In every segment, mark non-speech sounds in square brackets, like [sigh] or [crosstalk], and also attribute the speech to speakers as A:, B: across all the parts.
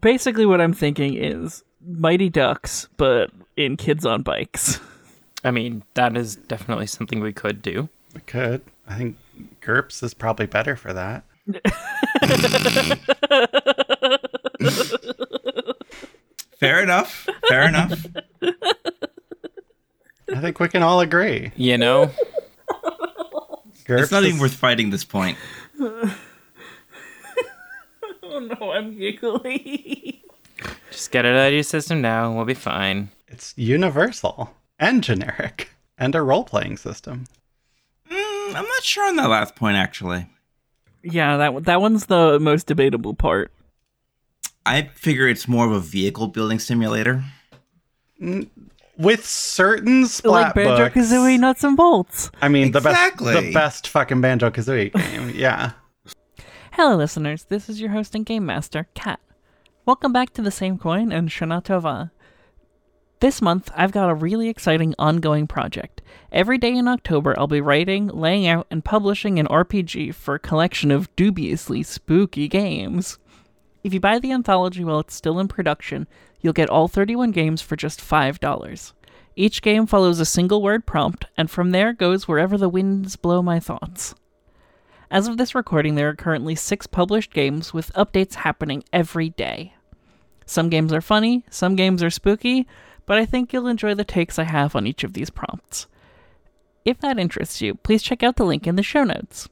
A: basically what I'm thinking is Mighty Ducks, but in kids on bikes. [laughs]
B: I mean, that is definitely something we could do.
C: We could. I think GURPS is probably better for that.
D: Fair enough. Fair enough.
C: I think we can all agree.
B: You [laughs] know,
C: GURPS
D: [laughs] [laughs] It's not even
C: is-
D: worth fighting this point.
A: Oh no, I'm [laughs] giggly.
B: just get it out of your system now. and We'll be fine.
C: It's universal and generic and a role playing system.
D: Mm, I'm not sure on that last point, actually.
A: yeah, that one- that one's the most debatable part.
D: I figure it's more of a vehicle building simulator.
C: With certain
A: like
C: splat
A: Banjo
C: books,
A: Kazooie nuts and bolts.
C: I mean the best
D: Exactly.
C: the best fucking Banjo Kazooie game. Yeah.
A: Hello, listeners. This is your host and game master, Kat. Welcome back to the same coin and Shana Tova. This month, I've got a really exciting ongoing project. Every day in October, I'll be writing, laying out, and publishing an RPG for a collection of dubiously spooky games. If you buy the anthology while it's still in production, you'll get all 31 games for just $5. Each game follows a single word prompt, and from there goes wherever the winds blow my thoughts. As of this recording, there are currently six published games with updates happening every day. Some games are funny, some games are spooky, but I think you'll enjoy the takes I have on each of these prompts. If that interests you, please check out the link in the show notes.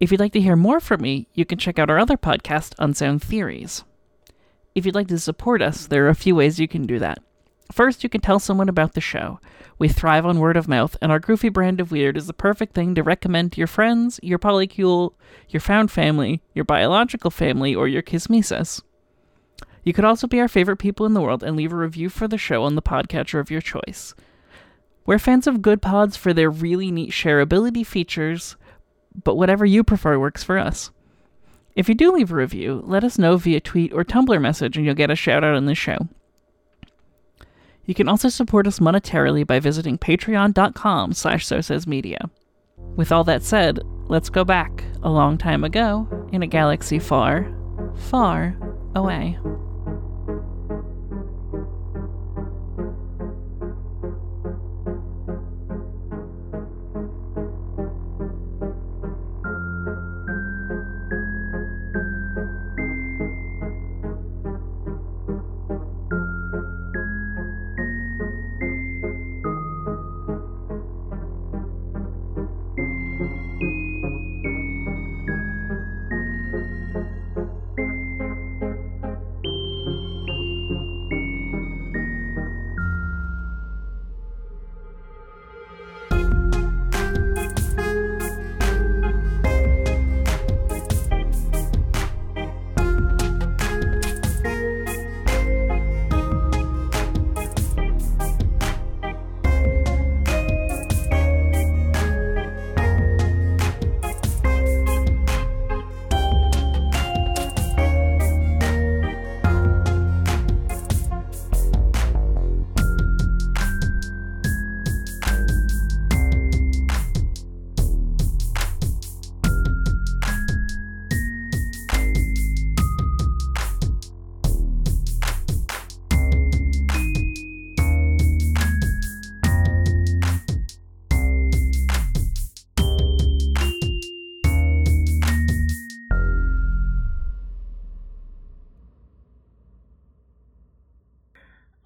A: If you'd like to hear more from me, you can check out our other podcast, Unsound Theories. If you'd like to support us, there are a few ways you can do that. First, you can tell someone about the show. We thrive on word of mouth, and our goofy brand of weird is the perfect thing to recommend to your friends, your polycule, your found family, your biological family, or your kismises. You could also be our favorite people in the world and leave a review for the show on the podcatcher of your choice. We're fans of good pods for their really neat shareability features, but whatever you prefer works for us. If you do leave a review, let us know via tweet or Tumblr message and you'll get a shout out on the show. You can also support us monetarily by visiting patreon.com slash so says media. With all that said, let's go back a long time ago in a galaxy far, far away.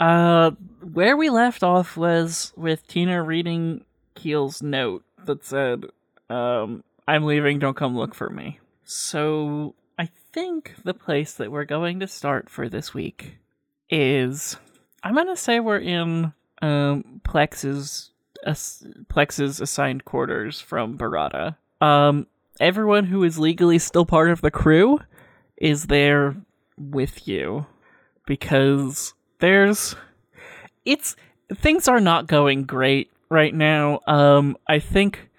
A: Uh, where we left off was with Tina reading Keel's note that said, um, I'm leaving, don't come look for me. So I think the place that we're going to start for this week is I'm gonna say we're in um Plex's ass- Plex's assigned quarters from Barada. Um, everyone who is legally still part of the crew is there with you because there's it's things are not going great right now. Um, I think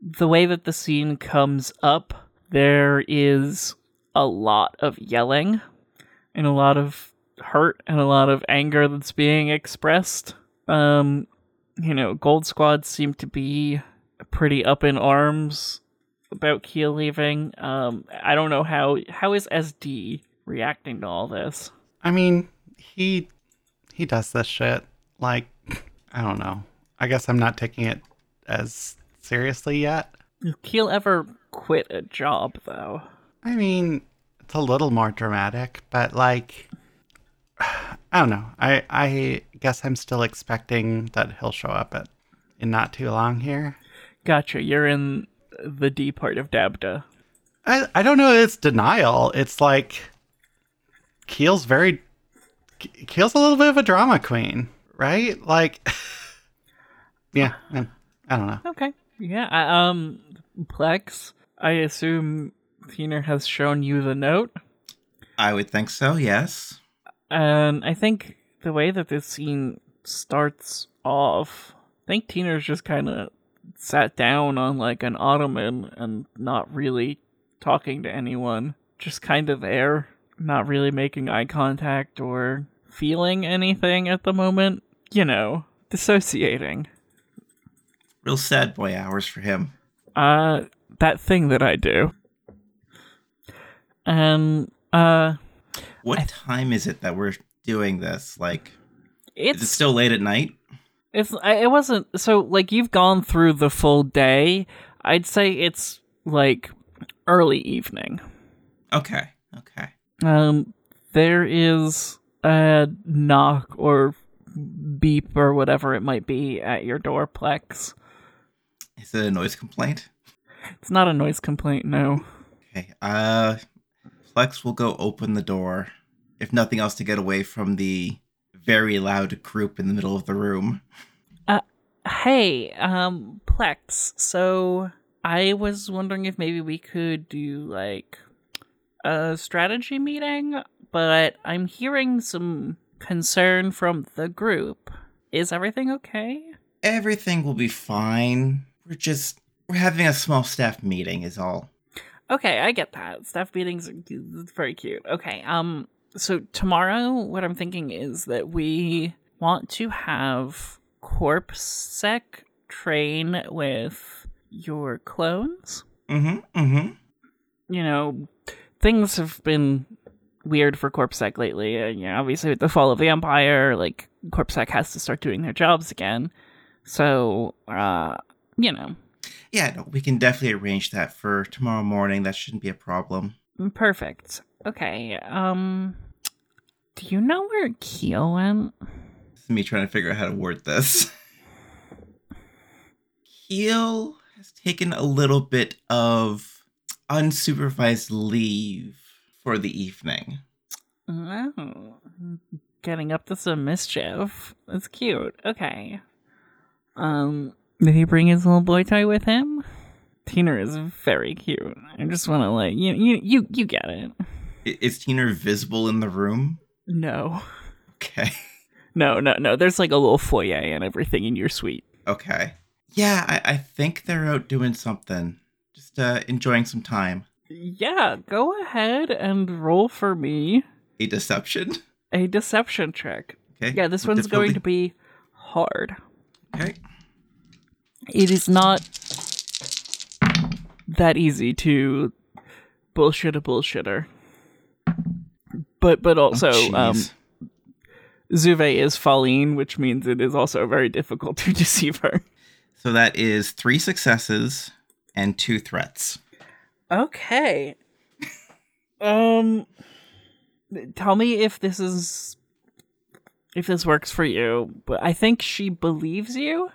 A: the way that the scene comes up, there is a lot of yelling and a lot of hurt and a lot of anger that's being expressed. Um, you know, Gold Squad seem to be pretty up in arms about Kia leaving. Um, I don't know how how is SD reacting to all this.
C: I mean, he he does this shit. Like, I don't know. I guess I'm not taking it as seriously yet.
A: If Keel ever quit a job, though,
C: I mean, it's a little more dramatic, but like, [sighs] I don't know. I I guess I'm still expecting that he'll show up at in not too long here.
A: gotcha. You're in the D part of Dabda.
C: I I don't know. It's denial. It's like Keel's very Ke- Keel's a little bit of a drama queen, right? Like, [laughs] yeah. I, I don't know.
A: Okay. Yeah. I, um, Plex. I assume Teener has shown you the note,
D: I would think so, yes.
A: and I think the way that this scene starts off, I think Teener's just kind of sat down on like an ottoman and not really talking to anyone, just kind of there, not really making eye contact or feeling anything at the moment. You know, dissociating.
D: Real sad boy hours for him.
A: uh that thing that I do. And uh
D: What time is it that we're doing this? Like, is it
A: it's
D: still late at night?
A: it's I- it wasn't so like you've gone through the full day. I'd say it's like early evening.
D: Okay, okay.
A: Um there is a knock or beep or whatever it might be at your door plex.
D: Is it a noise complaint?
A: It's not a noise complaint, no.
D: Okay. Uh, Flex will go open the door, if nothing else, to get away from the very loud group in the middle of the room.
A: Hey, um, Plex. So I was wondering if maybe we could do like a strategy meeting, but I'm hearing some concern from the group. Is everything okay?
D: Everything will be fine. We're just we're having a small staff meeting, is all.
A: Okay, I get that. Staff meetings are cu- very cute. Okay, um, so tomorrow, what I'm thinking is that we want to have CorpSec train with your clones.
D: Mm-hmm. Mm-hmm.
A: you know, things have been weird for CorpSec lately. And, you know, obviously with the fall of the Empire, like CorpSec has to start doing their jobs again. So, uh, you know,
D: Yeah, no, we can definitely arrange that for tomorrow morning. That shouldn't be a problem.
A: perfect. Okay. Um, do you know where Keel went?
D: This is me trying to figure out how to word this. [laughs] Keel has taken a little bit of unsupervised leave for the evening.
A: Oh, getting up to some mischief. That's cute. Okay. Um, did he bring his little boy toy with him? Tina is very cute. I just want to like you, you, you, you get it.
D: I- Is Teener visible in the room?
A: No,
D: Okay. [laughs]
A: no, no, no. There's like a little foyer and everything in your suite.
D: Okay. Yeah, I, I think they're out doing something. Just uh, enjoying some time.
A: Yeah, go ahead and roll for me
D: A deception. [laughs]
A: a deception check.
D: Okay.
A: Yeah, this one's going to be hard.
D: Okay.
A: it is not that easy to bullshit a bullshitter. But but also um
D: Oh, jeez.
A: Zuve is Falline, which means it is also very difficult [laughs] to deceive her.
D: So that is three successes and two threats.
A: Okay. um tell me if this is if this works for you, but I think she believes you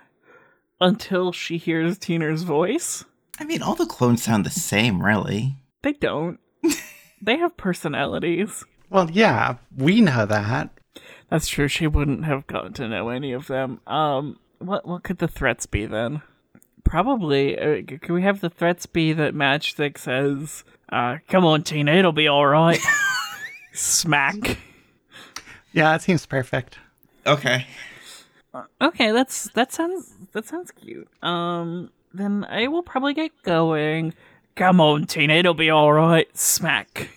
A: until she hears Teener's voice.
D: I mean, all the clones sound the same, really.
A: They don't. they have personalities.
C: Well, yeah, we know that.
A: That's true. She wouldn't have gotten to know any of them. Um, what what could the threats be then? Probably. Uh, c- could we have the threats be that Matchstick says, uh, "Come on, Tina, it'll be all [laughs] right." Smack.
C: Yeah, it seems perfect.
D: Okay.
A: Okay, that's that sounds that sounds cute. Um, then I will probably get going. Come on, Tina, it'll be all right. Smack.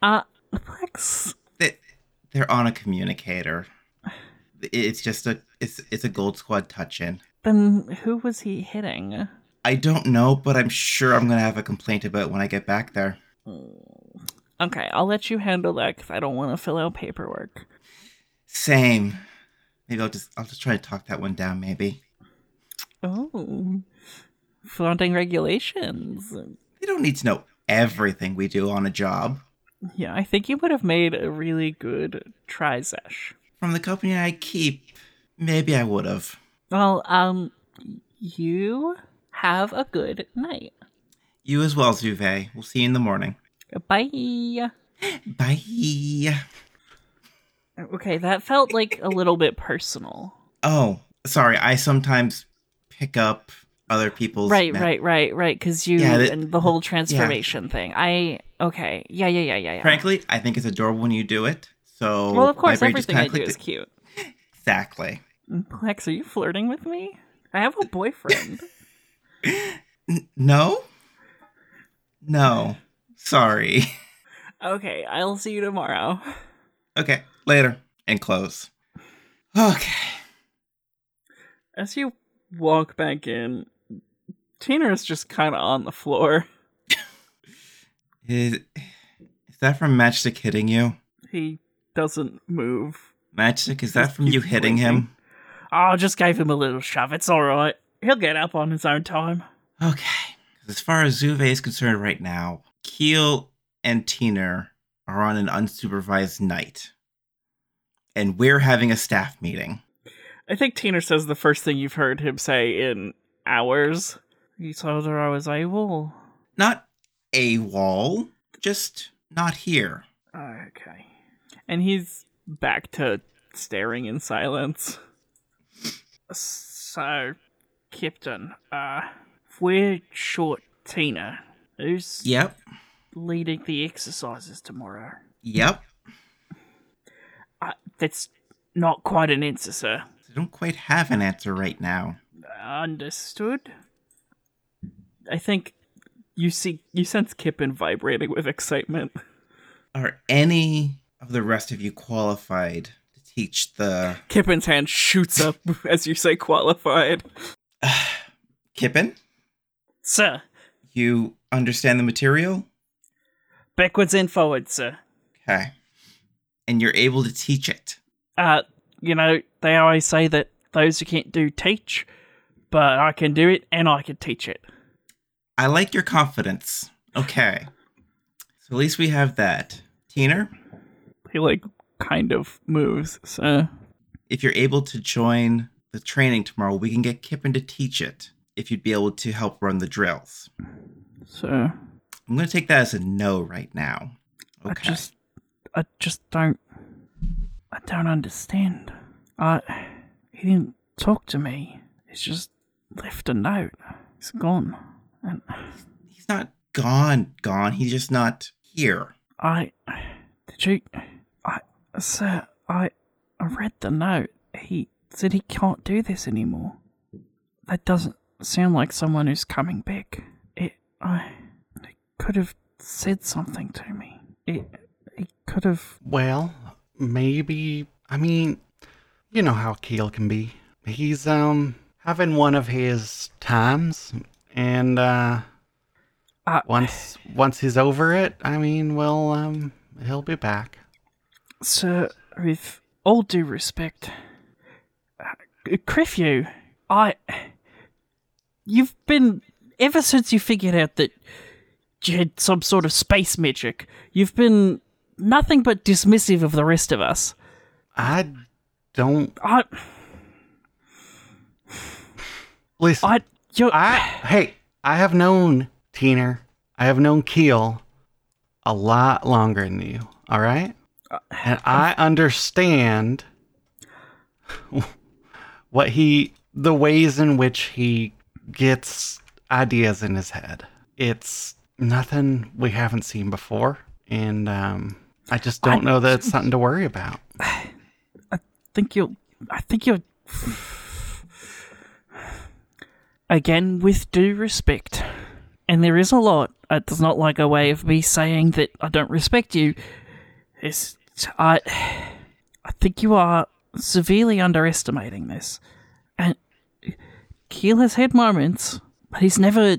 A: Uh, Plex.
D: They, they're on a communicator. It's just a it's it's a gold squad touch in.
A: Then who was he hitting?
D: I don't know, but I'm sure I'm gonna have a complaint about it when I get back there.
A: Okay, I'll let you handle that because I don't want to fill out paperwork.
D: Same. Maybe I'll just I'll just try to talk that one down. Maybe
A: Oh, flaunting regulations.
D: they don't need to know everything we do on a job.
A: Yeah, I think you would have made a really good try, Zesh.
D: From the company I keep, maybe I would have.
A: Well, um, you have a good night.
D: You as well, Zuve. We'll see you in the morning.
A: Bye.
D: Bye.
A: Okay, that felt like a little bit
D: [laughs]
A: personal.
D: Oh, sorry. I sometimes pick up other people's
A: Right,
D: ma-
A: right, right, right. Because you
D: Yeah, that-
A: and the whole transformation thing. I okay. Yeah, yeah, yeah, yeah, yeah.
D: Frankly, I think it's adorable when you do it. So
A: well, of course,
D: my brain just
A: everything I
D: kinda
A: do
D: clicked
A: is
D: it-
A: cute.
D: Exactly.
A: Plex, are you flirting with me? I have a
D: [laughs]
A: boyfriend.
D: N- no. No. Sorry. [laughs]
A: okay, I'll see you tomorrow.
D: Okay. Later. And close. Okay.
A: As you walk back in, Tina is just kind of on the floor.
D: Is, is that from Matchstick hitting you?
A: He doesn't move.
D: Matchstick, is
A: Just
D: that from you
A: keep
D: hitting him?
A: Oh, just gave him a little shove. It's all right. He'll get up on his own time.
D: Okay. 'Cause As far as Zuve is concerned right now, Keel and Teener are on an unsupervised night. And we're having a staff meeting.
A: I think Tina says the first thing you've heard him say in hours. You told her I was able.
D: Not a wall, just not here.
A: Okay. And he's back to staring in silence. So, Captain, uh, if we're short Tina, who's
D: Yep.
A: leading the exercises tomorrow?
D: Yep.
A: Uh, that's not quite an answer, sir.
D: I don't quite have an answer right now.
A: Understood. I think you see you sense Kippen vibrating with excitement.
D: Are any of the rest of you qualified to teach the
A: Kippen's hand shoots up [laughs] as you say qualified.
D: Kippen?
A: Sir,
D: You understand the material?
A: backwards and forwards, sir.
D: Okay. And you're able to teach it.
A: Uh, you know, they always say that those who can't do teach, but I can do it and I can teach it.
D: I like your confidence. Okay. So at least we have that. Teener,
A: He like kind of moves, so
D: if you're able to join the training tomorrow, we can get Kippen to teach it if you'd be able to help run the drills.
A: so
D: I'm going to take that as a no right now.
A: I
D: Okay.
A: just I just don't I don't understand. I he didn't talk to me. He's just left a note. He's gone. And
D: He's not gone, gone. He's just not here.
A: I did you I sir, I I read the note. He said he can't do this anymore. That doesn't sound like someone who's coming back. It I it could have said something to me. It he could have
C: Well, maybe. I mean, you know how Keel can be. He's um having one of his times, and uh,
A: Uh,
C: once once he's over it, I mean, well, um, he'll be back.
A: Sir, with all due respect, uh, Crefew, I. You've been. Ever since you figured out that you had some sort of space magic, you've been nothing but dismissive of the rest of us.
C: I don't
A: I.
C: listen.
A: I. you
C: I hey, I have known Teener. I have known Keel a lot longer than you. All right, and I understand what he, the ways in which he gets ideas in his head. It's nothing we haven't seen before, and um, I just don't know that it's something to worry about.
A: think you'll. I think you'll. Again, with due respect, and there is a lot. It's not like a way of me saying that I don't respect you. It's I. I think you are severely underestimating this, and Keel has had moments, but he's never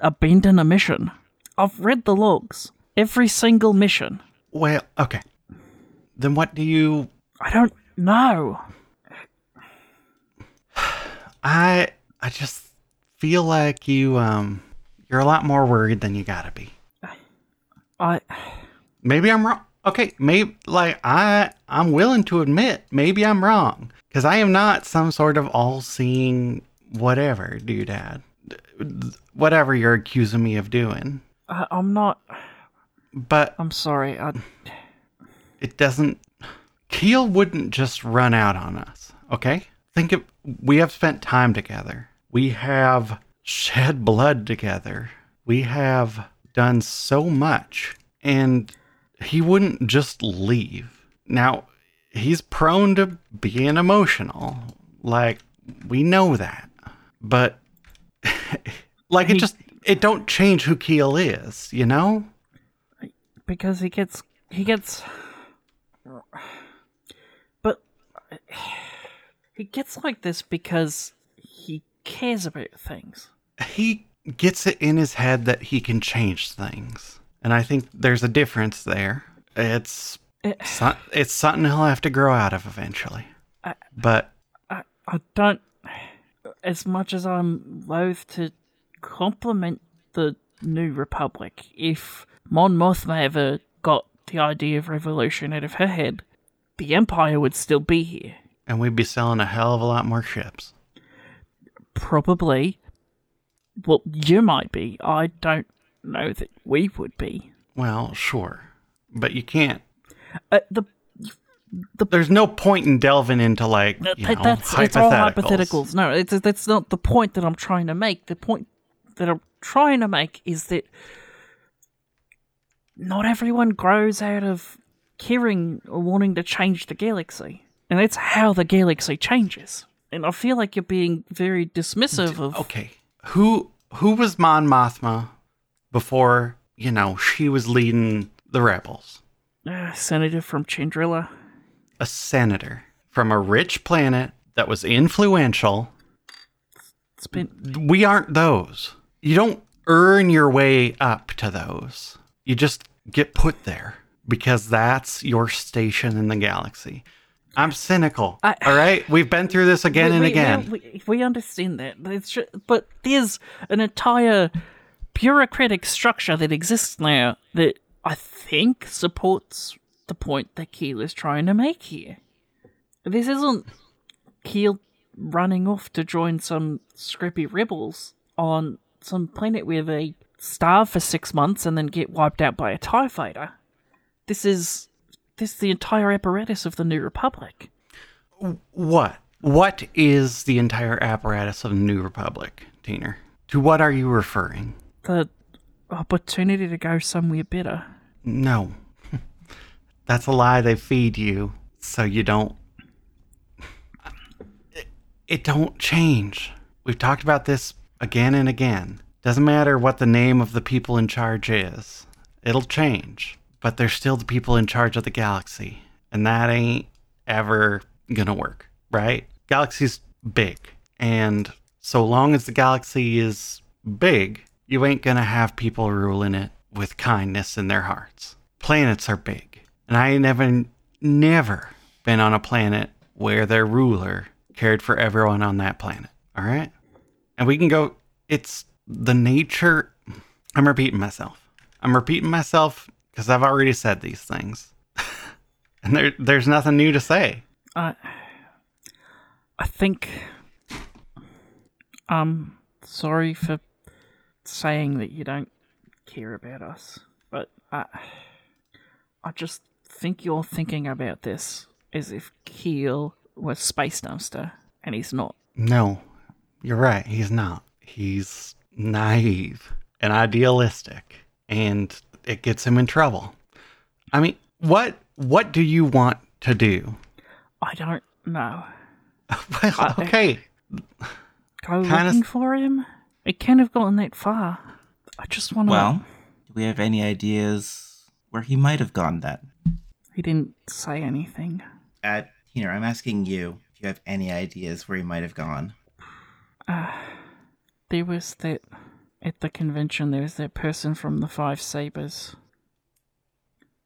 A: abandoned a mission. I've read the logs. Every single mission.
C: Well, okay. Then what do you
A: I don't know.
C: I I just feel like you um you're a lot more worried than you gotta be.
A: I
C: Maybe I'm wrong. Okay, maybe like I I'm willing to admit maybe I'm wrong because I am not some sort of all-seeing whatever, dude, dad. Whatever you're accusing me of doing,
A: I- I'm not.
C: but
A: I'm sorry. uh, I,
C: it doesn't Keel wouldn't just run out on us, okay? Think of we have spent time together. We have shed blood together. We have done so much and he wouldn't just leave. Now, he's prone to being emotional. Like we know that. But [laughs] like it
A: He-
C: just it don't change who Keel is, you know?
A: because he gets he gets but he gets like this because he cares about things
C: he gets it in his head that he can change things and i think there's a difference there it's
A: It-
C: so- it's something he'll have to grow out of eventually
A: I-
C: but
A: I, I don't as much as i'm loath to compliment the new republic if mon mothma ever got the idea of revolution out of her head the empire would still be here
C: and we'd be selling a hell of a lot more ships
A: probably well you might be i don't know that we would be
C: well sure but you can't
A: uh, the
C: there's no point in delving into like
A: that,
C: you
A: that-
C: know,
A: that's
C: hypotheticals.
A: it's all hypotheticals. No, it's, that's not the point that I'm trying to make. The point that I'm trying to make is that not everyone grows out of caring or wanting to change the galaxy, and that's how the galaxy changes. And I feel like you're being very dismissive of.
C: okay who who was mon mothma before you know she was leading the rebels
A: Uh, Senator from Chandrilla.
C: a senator from a rich planet that was influential
A: It's been
C: we aren't those. You don't earn your way up to those. You just get put there because that's your station in the galaxy. I'm cynical.
A: I-
C: all right, we've been through this again
A: we,
C: and
A: we-
C: again.
A: We, we, we understand that. It's ju- but there's an entire bureaucratic structure that exists now that I think supports the point that Keel is trying to make here. This isn't Keel running off to join some scrappy rebels on some planet where they starve for six months and then get wiped out by a TIE fighter. This is this is the entire apparatus of the New Republic.
C: what? What is the entire apparatus of the New Republic, Teener? To what are you referring?
A: the opportunity to go somewhere better.
C: No. [laughs] That's a lie they feed you so you don't It- it don't change. We've talked about this again and again. Doesn't matter what the name of the people in charge is. It'll change, but they're still the people in charge of the galaxy, and that ain't ever going to work, right? Galaxy's big, and so long as the galaxy is big, you ain't going to have people ruling it with kindness in their hearts. Planets are big, and I ain't never never been on a planet where their ruler cared for everyone on that planet. All right? And we can go, it's the nature. I'm repeating myself. I'm repeating myself because I've already said these things. [laughs] and there, there's nothing new to say.
A: I I think I'm sorry for saying that you don't care about us, but I I just think you're thinking about this as if Keel was space dumpster and he's not.
C: No, you're right. He's not. He's naive and idealistic, and it gets him in trouble. I mean, what what do you want to do?
A: I don't know.
C: [laughs] Well,
A: I-
C: okay.
A: Go
C: Kinda
A: looking
C: s-
A: for him? It can't have gotten that far. I just want to.
D: Well, do we have any ideas where he might have gone then?
A: he didn't say anything.
D: At here, I'm asking you if you have any ideas where he might have gone.
A: There was that at the convention. There was that person from the Five Sabers.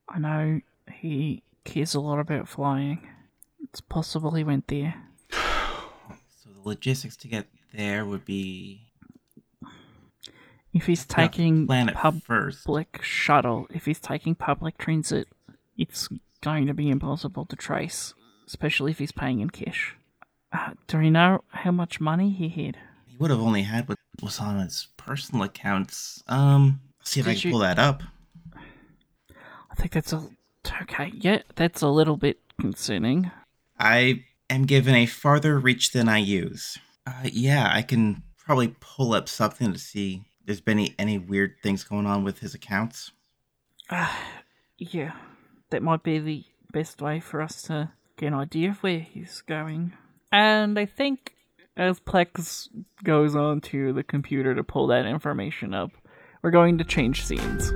A: I know he cares a lot about flying. It's possible he went there.
D: So the logistics to get there would be
A: If he's
D: you know,
A: taking
D: planet
A: pub-
D: first.
A: public shuttle, if he's taking public transit, it's going to be impossible to trace, especially if he's paying in cash. Uh, do we know how much money he had?
D: He would have only had what was on his personal accounts. Um, see if I
A: Did
D: can
A: you-
D: pull that up.
A: I think that's a okay. Yeah, that's a little bit concerning.
D: I am given a farther reach than I use. Uh, yeah, I can probably pull up something to see if there's been any, any weird things going on with his accounts.
A: Uh, yeah, that might be the best way for us to get an idea of where he's going. And I think as Plex goes on to the computer to pull that information up, we're going to change scenes.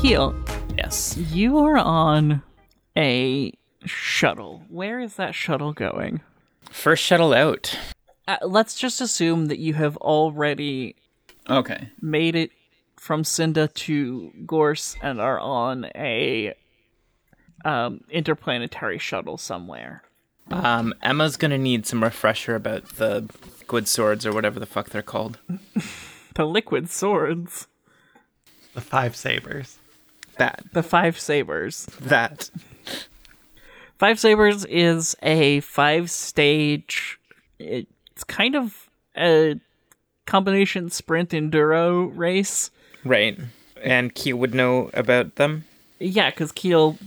A: Keel,
B: Yes.
A: you are on a shuttle. Where is that shuttle going?
B: First shuttle out.
A: uh, let's just assume that you have already
B: Okay.
A: made it from Cinda to Gorse and are on a um, interplanetary shuttle somewhere.
B: Um, Emma's gonna need some refresher about the good swords or whatever the fuck they're called.
A: The liquid swords,
C: The five sabers.
B: That.
A: the five sabers.
B: That.
A: Five sabers is a five stage. It's kind of a combination sprint enduro race.
B: Right. And Keel would know about them.
A: Yeah, because Keel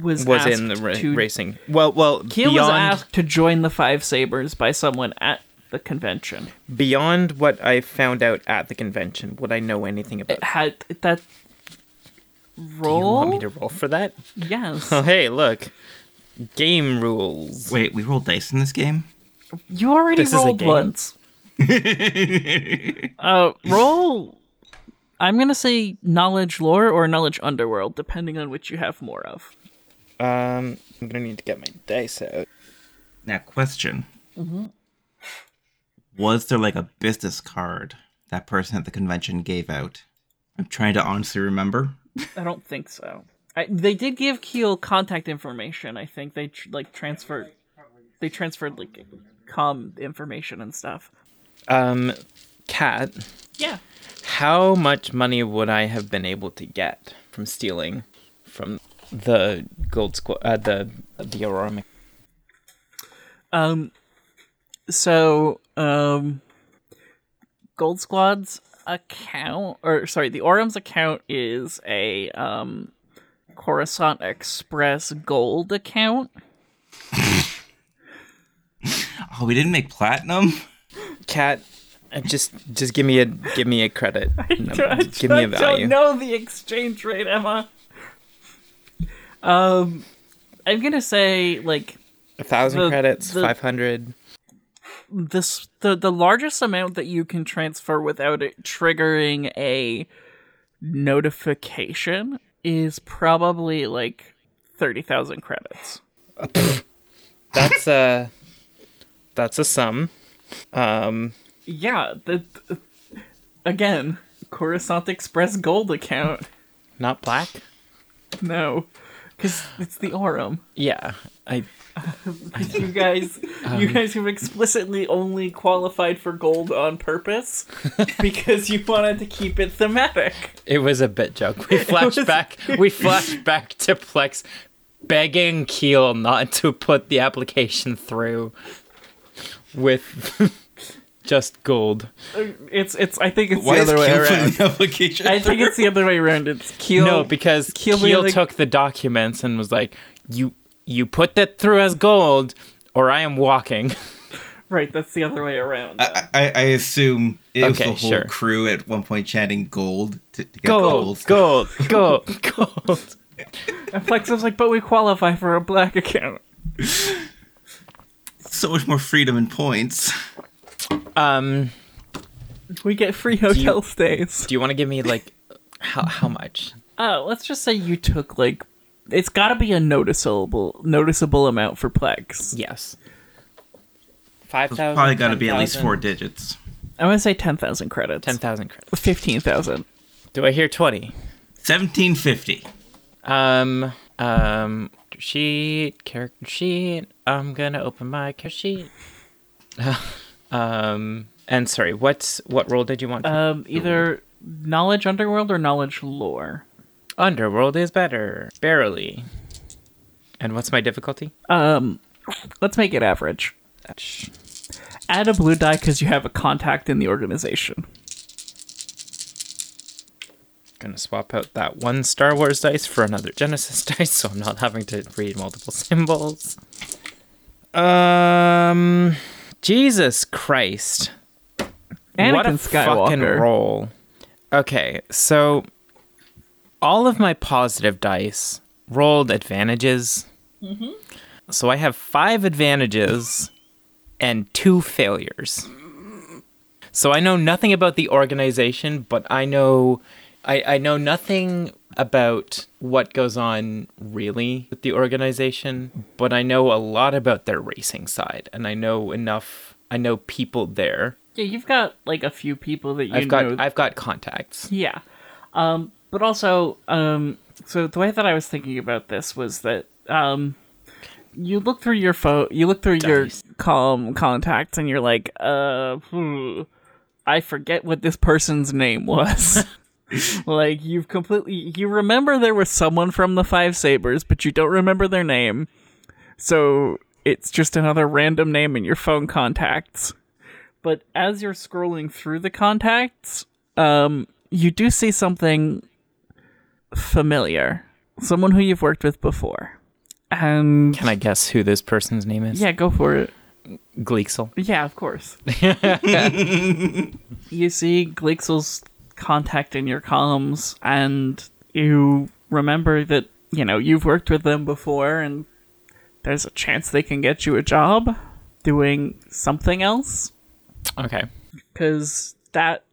A: was
B: Was
A: asked
B: in the ra-
A: to
B: racing. Well, well,
A: Keel was
B: beyond
A: asked to join the Five Sabers by someone at the convention.
B: beyond what I found out at the convention, would I know anything about?
A: It had that
B: Do you want
A: roll.
B: me [laughs] to roll for that?
A: Yes,
B: Oh, hey, look. Game rules.
D: Wait, we rolled dice in this game? [laughs]
A: you already
B: This is a
A: rolled
B: game?
A: once. uh, roll. I'm gonna say knowledge lore or knowledge underworld, depending on which you have more of.
B: Um, I'm gonna need to get my dice out.
D: Now, question.
A: Mm-hmm.
D: Was there like a business card that person at the convention gave out? I'm trying to honestly remember.
A: I don't think so. I, they did give Keel contact information. I think they tr- like transferred. They transferred like com information and stuff.
B: Um, Cat,
A: Yeah.
B: how much money would I have been able to get from stealing from the gold squad, uh, the the Aurora? Mc-
A: Um, so, um, Gold Squad's account, or sorry, the Orum's account is a um, Coruscant Express Gold account. [laughs]
D: Oh, we didn't make platinum? [laughs]
B: Cat, uh, just just give me a give me
A: [laughs]
B: a credit. number. give me a value.
A: don't know the exchange rate, Emma. Um, I'm gonna say like
B: A thousand
A: The-
B: credits,
A: the-
B: five hundred.
A: this the the largest amount that you can transfer without it triggering a notification is probably like 30,000 credits.
B: That's a that's a sum. Um,
A: Yeah, that again, Coruscant Express gold account.
B: not black.
A: No, cuz it's the Aurum.
B: Yeah, I
A: You guys you
D: Um.
A: guys have explicitly only qualified for gold on
D: [laughs]
A: purpose because you wanted to keep it thematic.
B: It was a bit joke.
D: [laughs]
B: We flash
A: was-
B: back. We flash back to Plex begging Keel not to put the application through with [laughs] just gold.
A: It's it's I think it's
D: Why
A: the
D: is
A: other way
D: Keel
A: around.
D: putting the application?
A: I think it's the other way around. It's Keel.
B: no, because Keel,
A: Keel really-
B: took the documents and was like, "You you put that through as gold, or I am walking." [laughs]
A: right. That's the other way around.
B: Uh,
D: I, I I assume it was
B: Okay,
D: the whole
B: sure.
D: crew at one point chanting gold to, to get
B: Gold,
D: gold.
B: gold,
D: [laughs]
B: gold, gold.
A: and Flex was like, "But we qualify for a black account."
D: So much more freedom and points.
B: Um,
A: We get free hotel stays.
B: do you want to give me like how how much?
A: Oh, let's just say you took like, it's got to be a noticeable noticeable amount for Plex.
B: Yes, Five
D: It's
B: thousand.
D: probably got to be at
B: 10,000,
D: least four digits.
A: I'm gonna say ten thousand credits.
B: Ten thousand credits.
A: Fifteen thousand.
B: Do I hear twenty?
D: 1750.
B: Um. Um. Sheet. Character sheet. I'm gonna open my character sheet. [laughs] um. And sorry, what's what role did you want? to-
A: Um, either knowledge underworld or knowledge lore.
B: Underworld is better, barely. And what's my difficulty?
A: Um, let's make it average. Add a blue die because you have a contact in the organization.
B: Gonna swap out that one Star Wars dice for another Genesis [laughs] dice, so I'm not having to read multiple [laughs] symbols. Um, Jesus Christ!
A: Anakin
B: what a
A: Skywalker.
B: fucking roll. Okay, so all of my positive dice rolled advantages.
A: Mm-hmm.
B: So I have five advantages and two failures. So I know nothing about the organization, but I know I, I know nothing about what goes on really with the organization, but I know a lot about their racing side and I know enough I know people there.
A: Yeah, you've got like a few people that you
B: I've got
A: know.
B: I've got contacts.
A: Yeah. Um, but also, um, so the way that I was thinking about this was that um, you look through your phone, you look through your
B: Dice.
A: calm contacts, and you're like, uh, hmm, I forget what this person's name was. like you've completely, you remember there was someone from the Five Sabers, but you don't remember their name. So it's just another random name in your phone contacts. But as you're scrolling through the contacts, um, you do see something familiar. Someone who you've worked with before. And
B: Can I guess who this person's name is?
A: yeah, go for it.
B: Gleeksel.
A: Yeah, of course. you see Glixel's contact in your columns, and you remember that, you know, you've worked with them before, and there's a chance they can get you a job doing something else.
B: Okay.
A: Because that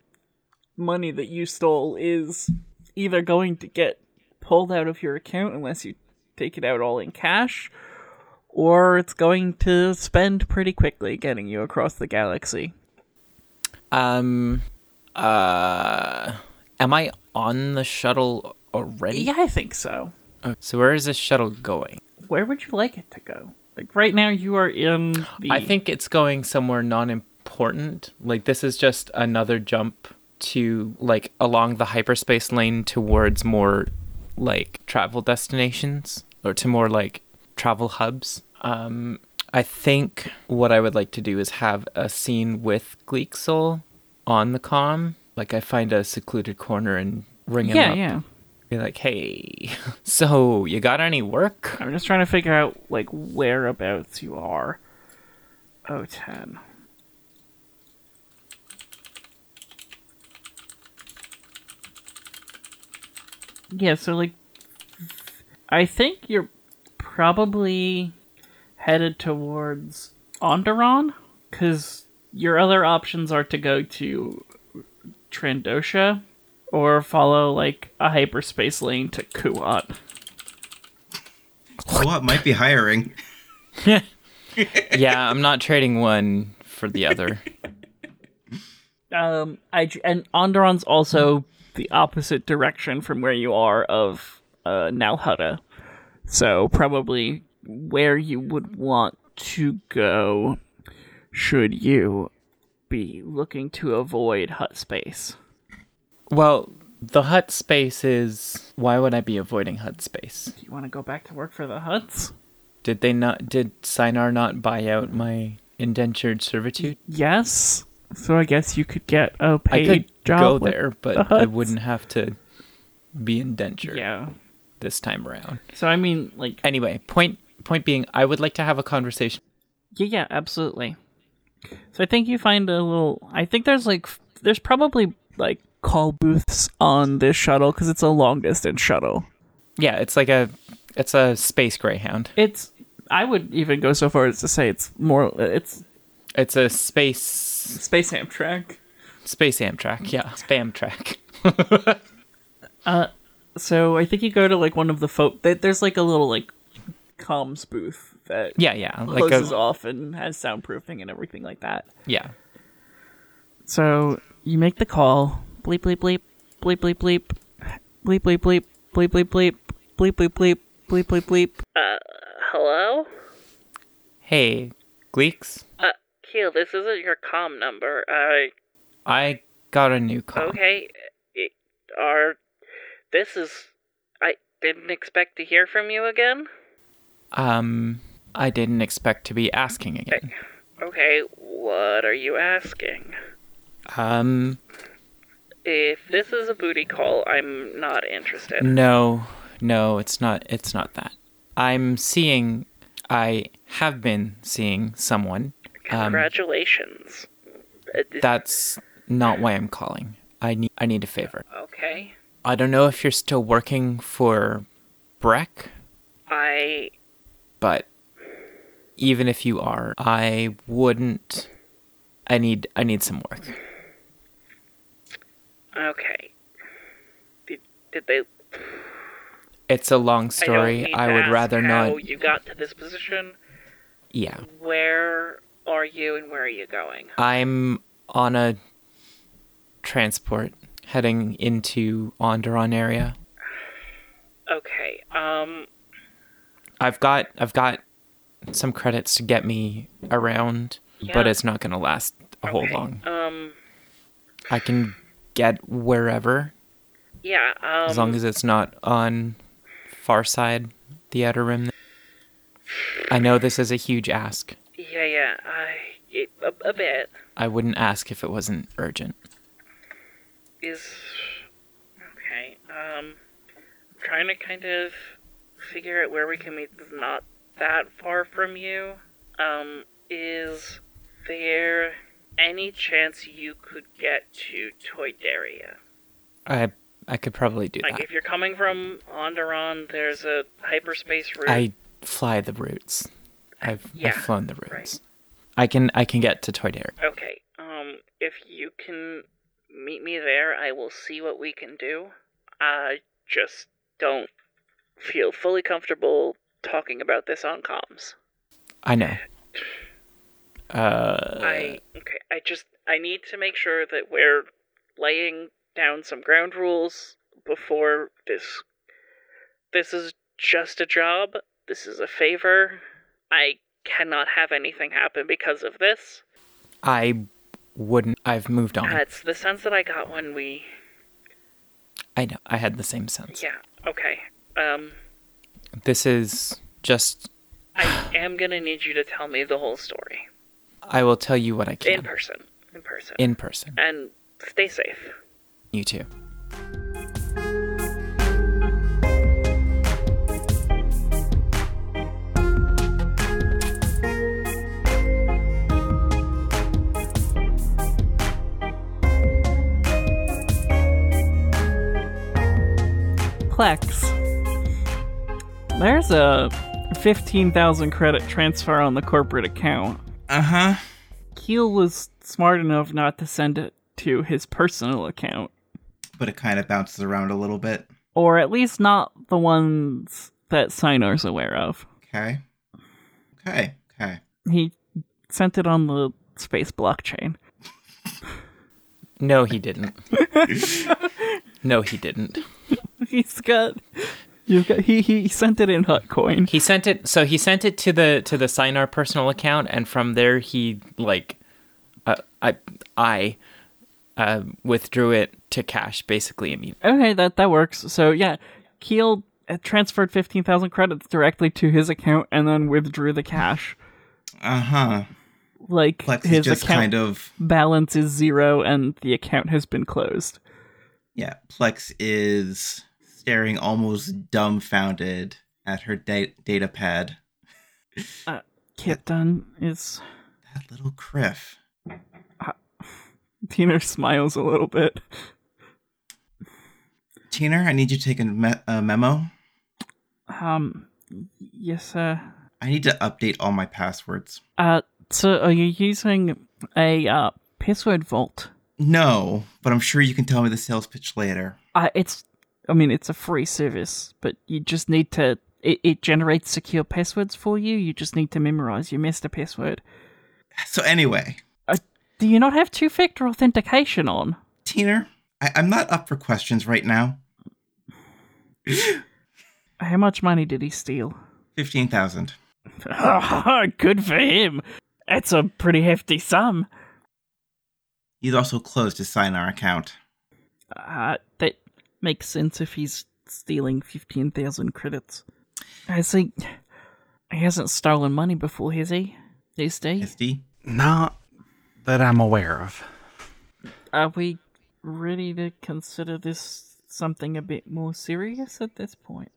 A: money that you stole is either going to get pulled out of your account unless you take it out all in cash, or it's going to spend pretty quickly getting you across the galaxy.
B: Um uh am I on the shuttle already?
A: Yeah, I think so.
B: Okay, So where is this shuttle going?
A: Where would you like it to go? Like right now, you are in. The...
B: I think it's going somewhere non-important. Like this is just another jump to like along the hyperspace lane towards more like travel destinations or to more like travel hubs. Um I think what I would like to do is have a scene with Gleeksel on the com. Like I find a secluded corner and ring him
A: Yeah,
B: up.
A: yeah.
B: Be like, hey, [laughs] so you got any
A: [laughs]
B: work?
A: I'm just trying to figure out like whereabouts you are. Oh, 10. Yeah, so like I think you're probably headed towards Onderon cuz your other options are to go to Trandosha or follow like a hyperspace lane to Kuat.
D: What might be hiring?
B: yeah, I'm not trading one for the other.
A: Um, I and Onderon's also the opposite direction from where you are of uh, Nalhutta, so probably where you would want to go should you be looking to avoid hut space.
B: Well, the hut space is. Why would I be avoiding hut space?
A: Do you want to go back to work for the huts?
B: Did they not? Did Sinar not buy out my indentured servitude?
A: Yes. So I guess you could get a
B: I
A: paid
B: could
A: job.
B: go
A: with-
B: there, but
A: the
B: I
A: Huts.
B: wouldn't have to be indentured
A: Yeah.
B: this time around.
A: So I mean, like,
B: Anyway, point point being, I would like to have a conversation.
A: Yeah, yeah, absolutely. So I think you find a little. I think there's like f- there's probably like call booths on this shuttle because it's a long distance shuttle.
B: Yeah, it's like a it's a space greyhound.
A: It's I would even go so far as to say it's more it's
B: It's a space
A: space Amtrak.
B: space Amtrak. Yeah, spam track.
A: So I think you go to like one of the folk. There's like a little like comms booth that
B: Yeah, yeah. Like
A: closes
B: a,
A: off and has soundproofing and everything like that.
B: yeah.
A: So you make the call. Bleep bleep bleep bleep bleep bleep bleep bleep bleep bleep bleep bleep bleep bleep bleep bleep bleep bleep.
E: Uh, Hello?
B: Hey, Gleeks,
E: Uh, Keel, this isn't your com number. I.
B: I got a new call.
E: Okay. It, are. This is. I didn't expect to hear from you again.
B: Um, I didn't expect to be asking again.
E: Okay, what are you asking?
B: Um,
E: If this is a booty call, I'm not
B: Mm,
E: interested.
B: no, no, it's not. It's not that. I'm seeing. I have been seeing someone.
E: Congratulations. Uh, d-
B: That's not why I'm calling. I need. I need a favor.
E: okay.
B: I don't know if you're still working for Breck,
E: I.
B: but even if you are, I wouldn't. I need. I need some work.
E: Okay. Did, did they.
B: It's a long
E: I don't
B: story.
E: need
B: I,
E: to
B: would
E: ask
B: rather
E: how
B: not.
E: you got to this position.
B: Yeah.
E: Where are you and where are you going?
B: I'm on a transport heading into Onderon area.
E: Okay. Um.
B: I've got I've got some credits to get me around, but
E: Yeah.
B: it's not going to last a whole
E: okay.
B: long.
E: Um.
B: I can get wherever
E: Yeah. Um.
B: as long as it's not on far side the outer rim. I know this is a huge ask.
E: Yeah. Yeah. I. It, a, a bit
B: I wouldn't ask if it wasn't urgent.
E: is. Okay. Um. I'm trying to kind of figure out where we can meet. That's not that far from you. Um. Is there any chance you could get to Toydaria?
B: I I could probably do
E: Like,
B: that.
E: if you're coming from Onderon, there's a hyperspace route.
B: I fly the routes. I've,
E: Yeah,
B: I've flown the routes.
E: right.
B: I can I can get to Toydare.
E: Okay. Um, if you can meet me there, I will see what we can do. I just don't feel fully comfortable talking about this on comms. [sighs]
B: I know. Uh,
E: I okay. I just I need to make sure that we're laying down some ground rules before this. This is just a job. This is a favor. I cannot have anything happen because of this.
B: I wouldn't. I've moved on.
E: That's the sense that I got when we
B: I know. I had the same sense.
E: Yeah. Okay. Um,
B: This is just.
E: I am gonna need you to tell me the whole story
B: I will tell you what I
E: in
B: can
E: person. In person.
B: in person.
E: and stay safe.
B: You too.
A: Plex. There's a 15,000 credit transfer on the corporate account.
D: Uh huh.
A: Keel was smart enough not to send it to his personal account,
D: But it kind of bounces around a little bit.
A: or at least not the ones that Sinar's aware of.
D: Okay. Okay. Okay.
A: He sent it on the space blockchain. [laughs]
B: No,
E: [laughs]
B: he didn't. no, he didn't.
A: He's got. You've got he, he sent it in Hutcoin.
B: He sent it. So he sent it to the to the Sinar personal account, and from there he like, uh, I I uh, withdrew it to cash basically immediately.
A: Okay, that, that works. So, yeah, Keel uh, transferred 15,000 credits directly to his account and then withdrew the cash.
D: Uh huh.
A: Like,
D: Plex is
A: his
D: just
A: account
D: kind of
A: balance is zero and the account has been closed.
D: yeah. Plex is staring almost dumbfounded at her da- data pad.
A: Kit Dunn is.
D: That little criff.
A: Tina smiles a little bit.
D: Tina, I need you to take a, me- a memo.
A: Um, yes, uh.
D: I need to update all my passwords.
A: Uh, so are you using a, uh, Pissword Vault?
D: No, but I'm sure you can tell me the sales pitch later.
A: Uh, it's, I mean, it's a free service, but you just need to It, it generates secure passwords for you. You just need to memorize your master password. Uh,
D: So anyway,
A: Do you not have two factor authentication on?
D: Teener, I- I'm not up for questions right now.
A: How much money did he steal?
D: Fifteen thousand.
A: [laughs] Good for him. That's a pretty hefty sum.
D: He's also closed his Sinar account.
A: Uh, that makes sense if he's stealing 15,000 credits. I see. He hasn't stolen money before, has he? SD?
D: SD.
C: Not that I'm aware of.
A: Are we ready to consider this something a bit more serious at this point?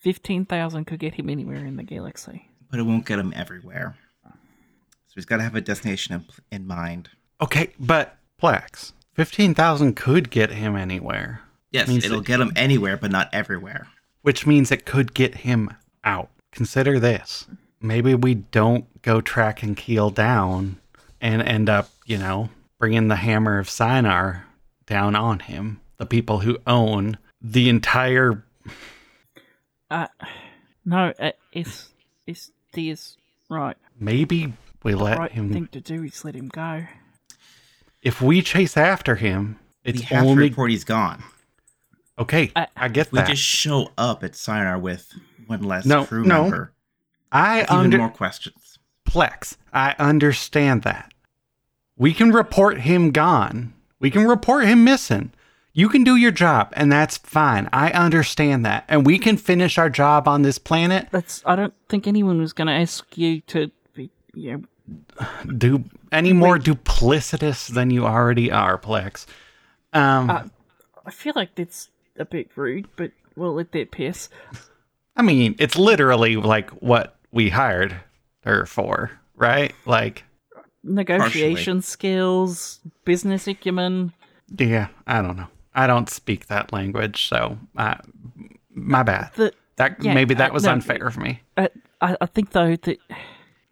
A: 15,000 could get him anywhere in the galaxy.
D: but it won't get him everywhere. So he's got to have a destination in, in mind.
C: Okay, but Plex, fifteen thousand could get him anywhere,
D: Yes,
C: Means
D: it'll
C: that-
D: get him anywhere, but not everywhere.
C: which means it could get him out. Consider this: maybe we don't go tracking Keel down and end up, you know, bringing the hammer of Sinar down on him. The people who own the entire
A: Uh, no, uh, it's, it's the is right.
C: maybe we let
A: right
C: him
A: thing to do is let him go.
C: if we chase after him it's
D: we have
C: only
D: to report he's gone.
C: okay
A: I-
C: i, get
D: We
C: that
D: just show up at Sinar with one less
C: No,
D: crew
C: no.
D: member.
C: i
D: Even
C: under
D: more questions.
C: Plex, I understand that. We can report him gone. We can report him missing. You can do your job, and that's fine. I understand that. And we can finish our job on this planet.
A: That's. I don't think anyone was going to ask you to be. You know,
C: Do any more duplicitous than you already are, Plex. Um,
D: Uh,
A: I feel like that's a bit rude, but we'll let that pass.
C: I mean, it's literally like what we hired her for, right? Like,
A: Negotiation skills, business acumen.
C: yeah, I don't know. I don't speak that language, so uh, my bad.
A: The
C: That
A: yeah,
C: maybe that
A: uh,
C: was
A: no,
C: unfair of me.
A: I, I, I think though that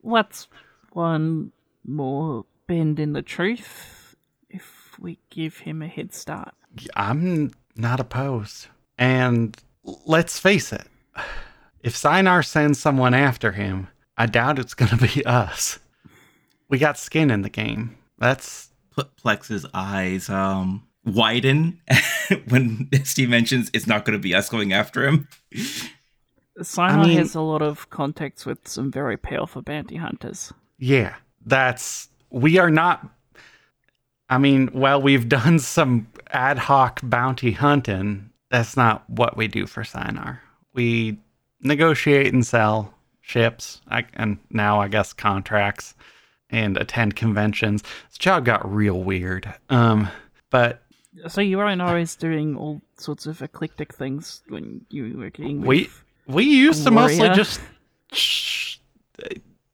A: what's one more bend in the truth if we give him a head start.
C: I'm not opposed. And l- let's face it, if Sinar sends someone after him, I doubt it's going to be [laughs] us. We got skin in the game. That's
D: Pl- Plex's eyes um, widen [laughs] when Steve mentions it's not going to be us going after him.
A: Simon
C: mean-
A: has a lot of contacts with some very powerful bounty hunters.
C: yeah. That's we are not. I mean, while we've done some ad hoc bounty hunting, that's not what we do for Sinar. We negotiate and sell ships, I, and now I guess contracts. and attend conventions. This job got real weird. Um, but
A: So you weren't always doing all sorts of eclectic things when you were getting with
C: we we used to mostly
A: Gloria.
C: just sh-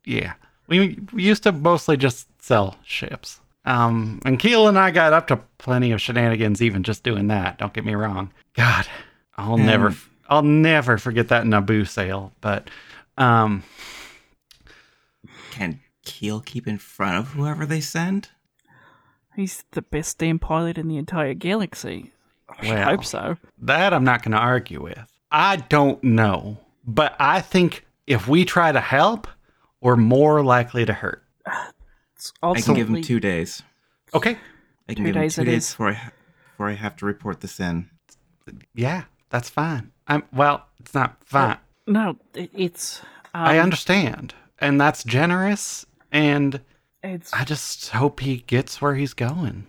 C: yeah, we, we used to mostly just sell ships. Um, and Keel and I got up to plenty of shenanigans even just doing that. Don't get me wrong. God, I'll never I'll never forget that Naboo sale. But um,
D: Can Keel keep in front of whoever they send?
A: He's the best damn pilot in the entire galaxy. I should
C: Well.
A: hope so.
C: That I'm not going to argue with. I don't know, but I think if we try to help, we're more likely to hurt.
A: It's
D: I can give
A: ultimately-
D: him two days.
C: Okay.
D: I can
A: Two
D: give him
A: days
D: two
A: it
D: days
A: is.
D: before I, ha- before I have to report this in.
C: Yeah, that's fine. I'm well, it's not fine.
A: No, it, it's. Um,
C: I understand. And that's generous and
A: It's
C: I just hope he gets where he's going.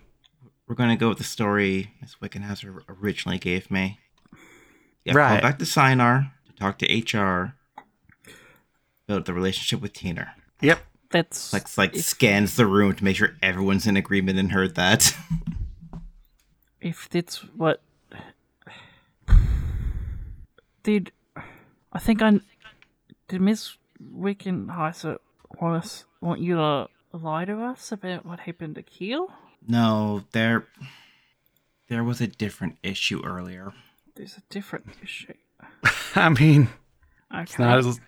D: we're going to go with the story Miss Wickenhauser originally gave me. Yeah,
C: Right.
D: call back to Sinar to talk to HR, build the relationship with Tina.
C: Yep. [laughs]
A: that's
D: Lex like scans the room to make sure everyone's in agreement and heard that. [laughs]
A: if that's what. Did I think I did Miss Wickenheiser want us want you to lie to us about what happened to Keel?
D: no, there, there was a different issue earlier.
A: There's a different issue.
C: I mean,
A: Okay.
C: it's not as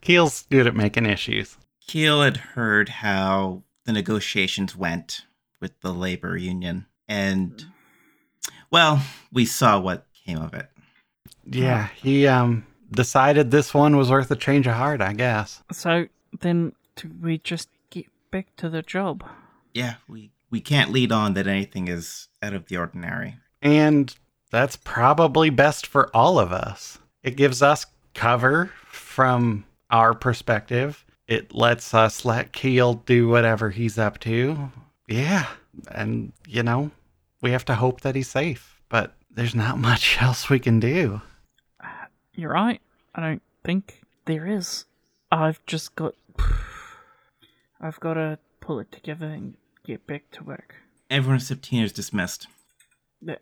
C: Keel's good at making issues.
D: Keel had heard how the negotiations went with the labor union, and well, we saw what came of it.
C: Yeah, he um decided this one was worth a change of heart, I guess.
A: So then do we just get back to the job?
D: Yeah, we we can't lead on that anything is out of the ordinary.
C: And that's probably best for all of us. It gives us cover from our perspective. It lets us let Keel do whatever he's up to. Yeah. And, you know, we have to hope that he's safe, but there's not [laughs] much else we can do.
A: You're right. I don't think there is. I've just got. I've got to pull it together and get back to work.
D: Everyone except Tina is dismissed.
A: Yeah.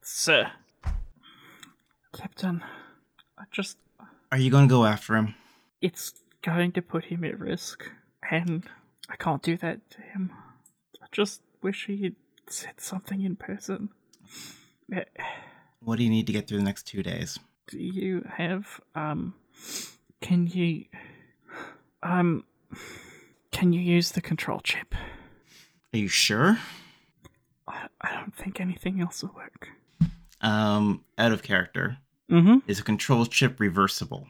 A: Sir. Captain, I just.
D: Are you going to go after him?
A: It's going to put him at risk, and I can't do that to him. I just wish he had said something in person. Eh,
D: What do you need to get through the next two days?
A: Do you have, um. Can you. Um. Can you use the control chip?
D: Are you sure?
A: I, I don't think anything else will work.
D: Um, out of character.
A: Mm hmm.
D: Is a control chip reversible?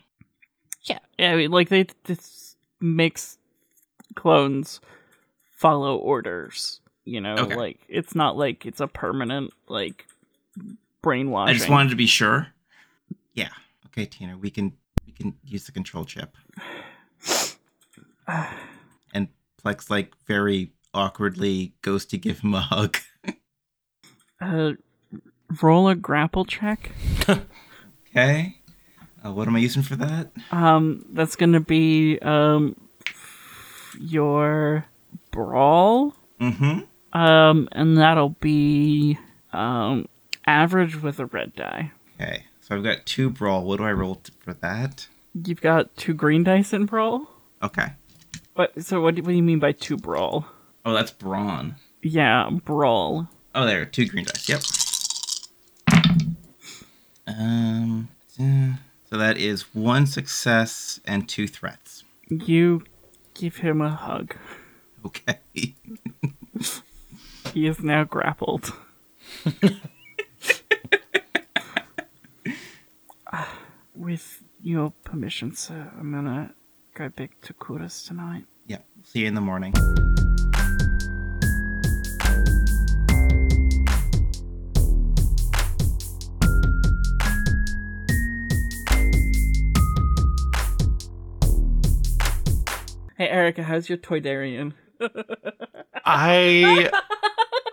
A: Yeah, yeah, I mean, like they this makes clones follow orders. You know,
D: Okay.
A: like it's not like it's a permanent like
D: I
A: brainwashing.
D: just wanted to be sure. Yeah. Okay, Tina, we can we can use the control chip. [sighs] and Plex like very awkwardly goes to give him a hug.
A: uh, roll a grapple check.
D: Okay. Uh, what am I using for that?
A: Um, that's gonna be um your brawl.
D: Mm-hmm.
A: Um, and that'll be um average with a red die.
D: Okay. So I've got two brawl. What do I roll t- for that?
A: You've got two green dice in brawl.
D: Okay.
A: What? So what do, what do you mean by two brawl?
D: Oh, that's brawn.
A: Yeah, brawl.
D: Oh, there, two green dice. Yep. Um. eh, So that is one success and two threats. [laughs]
A: You give him a hug.
D: Okay.
A: He is now grappled. [laughs] Ah, With your permission, sir, I'm gonna go back to quarters tonight.
D: Yeah. See you in the morning.
A: Hey, Erica, how's your Toydarian?
C: I,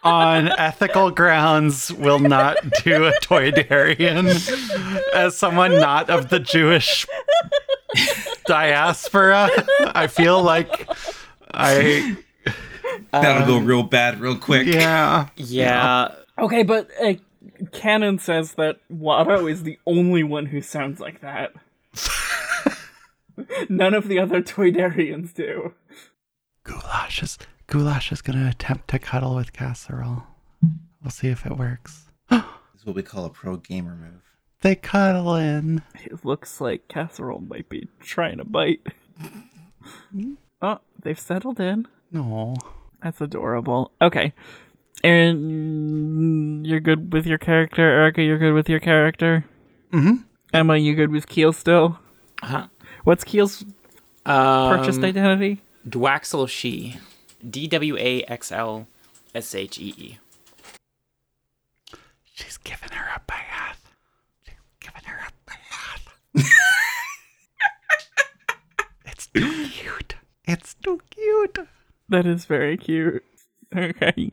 C: on ethical grounds, will not do a Toydarian. As someone not of the Jewish diaspora, I feel like I,
D: That'll go real bad real quick.
C: yeah.
B: Yeah.
A: Okay, but uh, Canon says that Watto is the only one who sounds like [laughs] that. None of the other Toydarians do.
C: Goulash is, Goulash is going to attempt to cuddle with Casserole. We'll see if it works.
D: This is what we call a pro gamer move.
C: They cuddle in.
A: It looks like Casserole might be trying to [laughs] bite. oh, they've settled in.
C: No.
A: That's adorable. Okay. Aaron, you're good with your character. Erica, you're good with your character. Mm-hmm.
C: Mhm.
A: Emma, you good with Keel still?
B: Uh-huh.
A: What's Keel's
B: Um,
A: purchased identity?
B: Dwaxel She. D W A X L S H E E.
C: She's giving her a bath. She's giving her a bath. [laughs] it's too cute. It's too cute.
A: That is very cute. [laughs] Okay.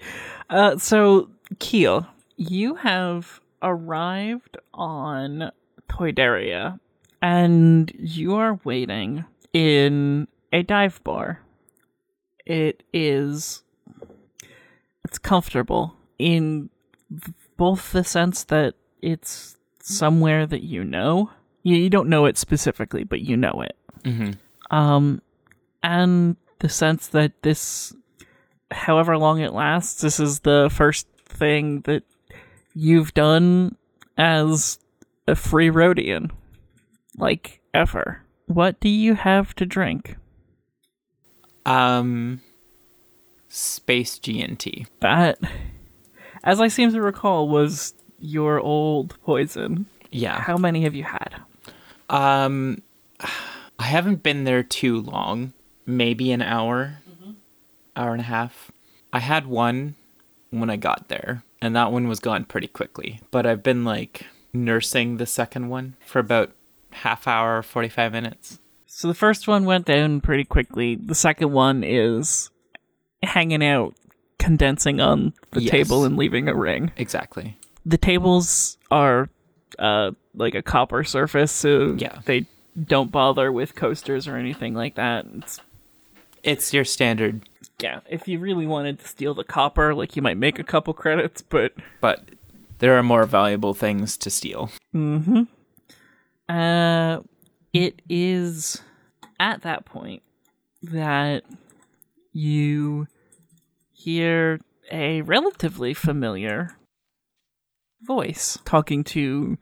A: Uh, so, Keel, you have arrived on Toydaria and you are waiting in a dive bar. It is. It's comfortable in both the sense that it's somewhere that you know. You, you don't know it specifically, but you know it
B: Mm-hmm.
A: um, and the sense that this, however long it lasts, this is the first thing that you've done as a free Rhodian, like ever. What do you have to drink?
B: Um, Space GNT.
A: That, as I seem to recall, was your old poison.
B: Yeah.
A: How many have you had?
B: Um, [sighs] I haven't been there too long, maybe an hour, hour and a half. I had one when I got there, and that one was gone pretty quickly. But I've been like nursing the second one for about half hour, forty five minutes.
A: So the first one went down pretty quickly. The second one is hanging out, condensing on the
B: Yes.
A: table and leaving a ring.
B: Exactly.
A: The tables are uh, like a copper surface, so
B: Yeah.
A: they don't bother with coasters or anything like that. It's,
B: It's your standard,
A: yeah, if you really wanted to steal the copper, like you might make a couple credits, but
B: but there are more valuable things to steal.
A: Uh, it is at that point that you hear a relatively familiar voice talking to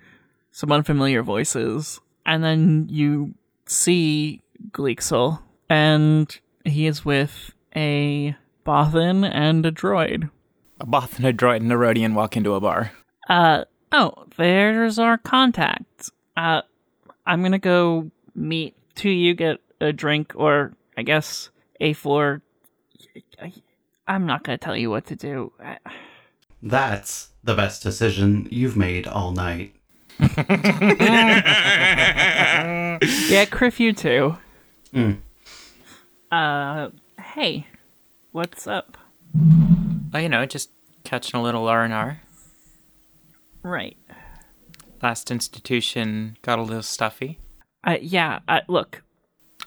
A: some unfamiliar voices, and then you see Gleeksel, and he is with a Bothan and a droid.
B: A Both and a droid and a Rhodian walk into a bar.
A: Uh oh, there's our contact. Uh I'm gonna go meet two of you get a drink or I guess a four I, I'm not gonna tell you what to do. [sighs] I,
C: That's the best decision you've made all night.
A: yeah, Criff you too.
C: Mm.
A: Uh hey, what's up?
B: Oh, you know, just catching a little R and R.
A: Right.
B: Last institution got a little stuffy.
A: Uh, yeah, uh, look,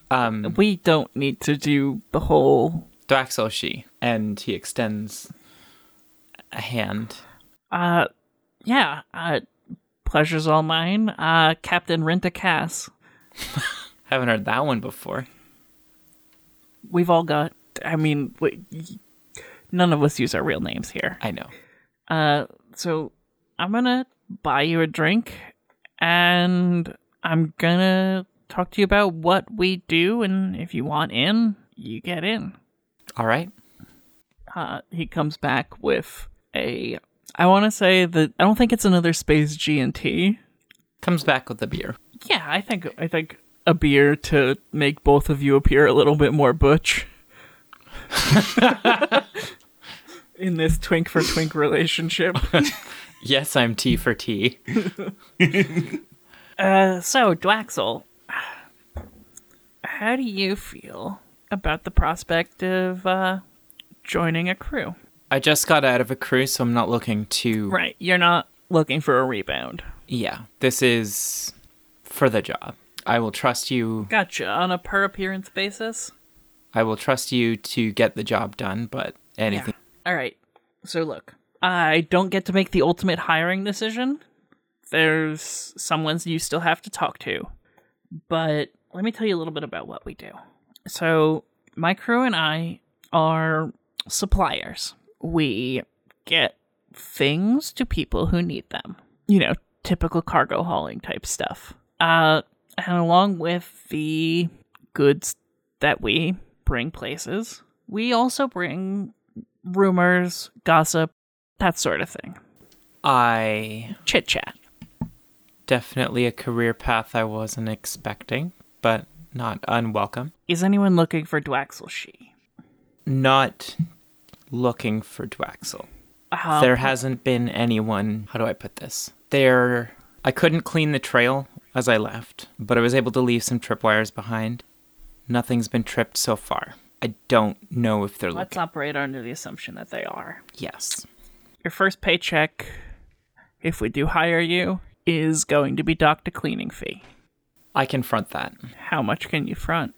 B: Um,
A: we don't need to do the whole
B: Dwaxel she, and he extends a hand.
A: Uh, yeah. Uh, pleasure's all mine. Uh, Captain Renta Cass.
B: Haven't heard that one before.
A: We've all got. I mean, we, none of us use our real names here.
B: I know.
A: Uh, so I'm gonna buy you a drink, and I'm gonna talk to you about what we do, and if you want in, you get in.
B: All right.
A: uh, he comes back with a. I want to say that I don't think it's another space G and T.
B: Comes back with the beer.
A: Yeah, I think I think a beer to make both of you appear a little bit more [laughs] butch. In this twink for twink [laughs] relationship.
B: Yes, I'm T for T.
A: Uh, so Dwaxel, how do you feel about the prospect of uh, joining a crew?
B: I just got out of a cruise, so I'm not looking to.
A: Right, you're not looking for a rebound.
B: Yeah, this is for the job. I will trust you.
A: Gotcha. On a per appearance basis.
B: I will trust you to get the job done, but anything.
A: All right. So look, I don't get to make the ultimate hiring decision. There's someone you still have to talk to. But let me tell you a little bit about what we do. So, my crew and I are suppliers. We get things to people who need them. You know, typical cargo hauling type stuff. Uh, and along with the goods that we bring places, we also bring rumors, gossip, that sort of thing.
B: I
A: Chit chat.
B: definitely a career path I wasn't expecting, but not unwelcome.
A: Is anyone looking for Dwaxel She?
B: Not looking for Dwaxel.
A: Um,
B: there hasn't been anyone how do i put this there i couldn't clean the trail as i left but i was able to leave some tripwires behind nothing's been tripped so far i don't know if they're
A: Let's
B: looking
A: operate under the assumption that they are.
B: yes
A: Your first paycheck, if we do hire you, is going to be docked a cleaning fee.
B: i confront that
A: How much can you front?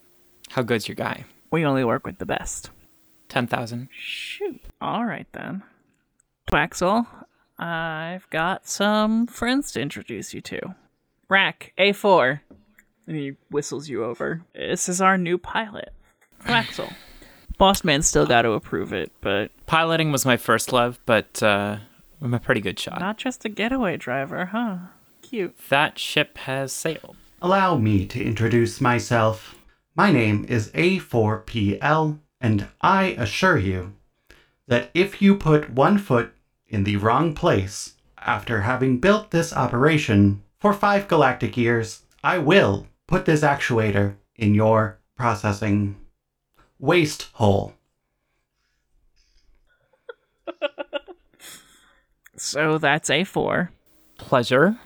B: how good's your guy
A: We only work with the best.
B: 10000
A: Shoot. All right then. Dwaxel, I've got some friends to introduce you to. Rack, A4. And he whistles you over. This is our new pilot. Dwaxel. Boss man's still got to approve it, but
B: piloting was my first love but uh, i'm a pretty good shot
A: not just a getaway driver, huh? Cute.
B: that ship has sailed
C: Allow me to introduce myself. My name is A4PL, and I assure you that if you put one foot in the wrong place after having built this operation for five galactic years, I will put this actuator in your processing waste hole.
A: So that's A4.
B: Pleasure.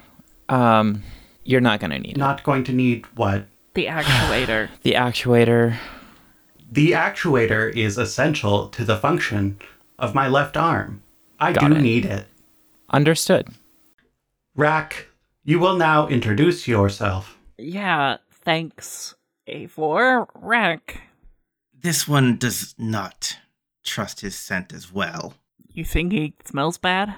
B: Um, you're not going to need
C: Not going to need what?
A: The
C: [sighs]
A: actuator.
B: it. The actuator.
C: The actuator is essential to the function of my left arm. I
B: Got
C: do
B: it.
C: need it.
B: Understood.
C: Rack, you will now introduce yourself.
A: yeah, thanks. A4 Rack.
D: This one does not trust his scent as well.
A: You think he smells bad?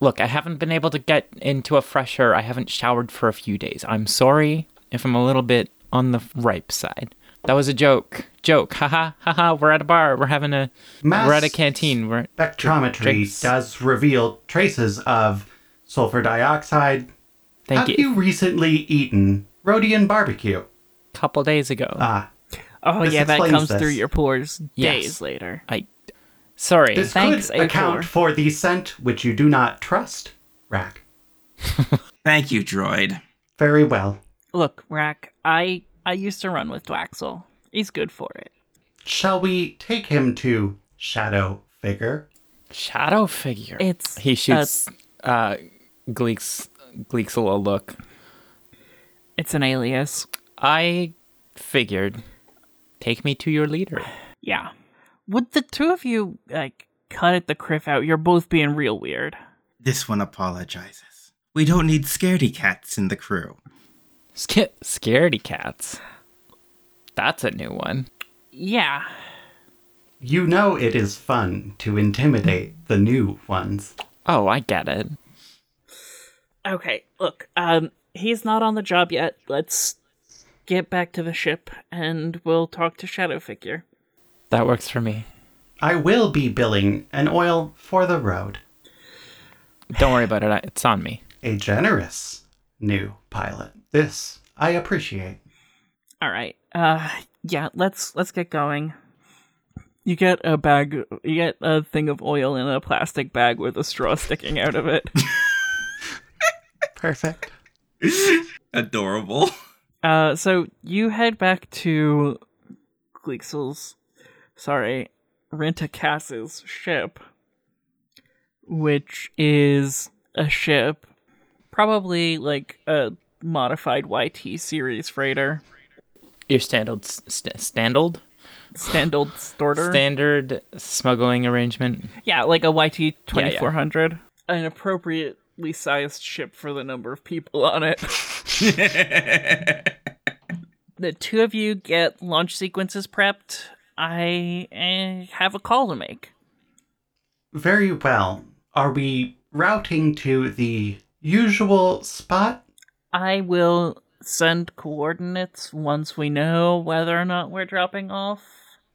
B: Look, I haven't been able to get into a fresher. I haven't showered for a few days. I'm sorry if I'm a little bit on the ripe side. That was a joke. Joke. Haha. Haha. We're at a bar. We're having a.
C: Mass
B: We're at a canteen. We're.
C: Spectrometry
B: Drinks.
C: does reveal traces of sulfur dioxide.
B: Thank you.
C: Have you recently eaten Rhodian barbecue?
B: Couple days ago.
C: Ah,
A: Oh,
C: This
A: yeah, that
C: explains
A: comes
C: this.
A: through your pores
B: Yes.
A: days later.
B: I. Sorry.
C: this
A: thanks,
C: could account
A: A4.
C: for the scent which you do not trust, Rack.
D: Thank you, droid.
C: Very well.
A: Look, Rack, I I used to run with Dwaxel. He's good for it.
C: Shall we take him to Shadow Figure?
B: Shadow figure.
A: It's
B: He
A: a-
B: shoots. Uh, Gleeks. Gleeks a look.
A: It's an alias.
B: I figured. Take me to your leader.
A: Yeah. Would the two of you like cut it the criff out? You're both being real weird.
D: This one apologizes. We don't need scaredy cats in the crew.
B: Sk- scaredy cats. That's a new one.
A: Yeah.
C: You know it is fun to intimidate the new ones.
B: Oh, I get it.
A: Okay. Look, um, he's not on the job yet. Let's get back to the ship and we'll talk to Shadow Figure.
B: That works for me.
C: I will be billing an oil for the road.
B: Don't worry about it. I- It's on me.
C: A generous new pilot. This I appreciate.
A: All right. Uh, yeah. Let's let's get going. You get a bag. You get a thing of oil in a plastic bag with a straw sticking out of it.
C: Perfect.
D: Adorable.
A: Uh, so you head back to Gleeksel's, sorry, Rentacas's ship, which is a ship, probably like a modified YT series freighter,
B: Your standard, s- st- standard,
A: standard starter.
B: standard smuggling arrangement.
A: yeah, like a YT twenty four hundred, an appropriately sized ship for the number of people on it. [laughs] the two of you get launch sequences prepped. I eh, have a call to make.
C: Very well. Are we routing to the usual spot?
A: I will send coordinates once we know whether or not we're dropping off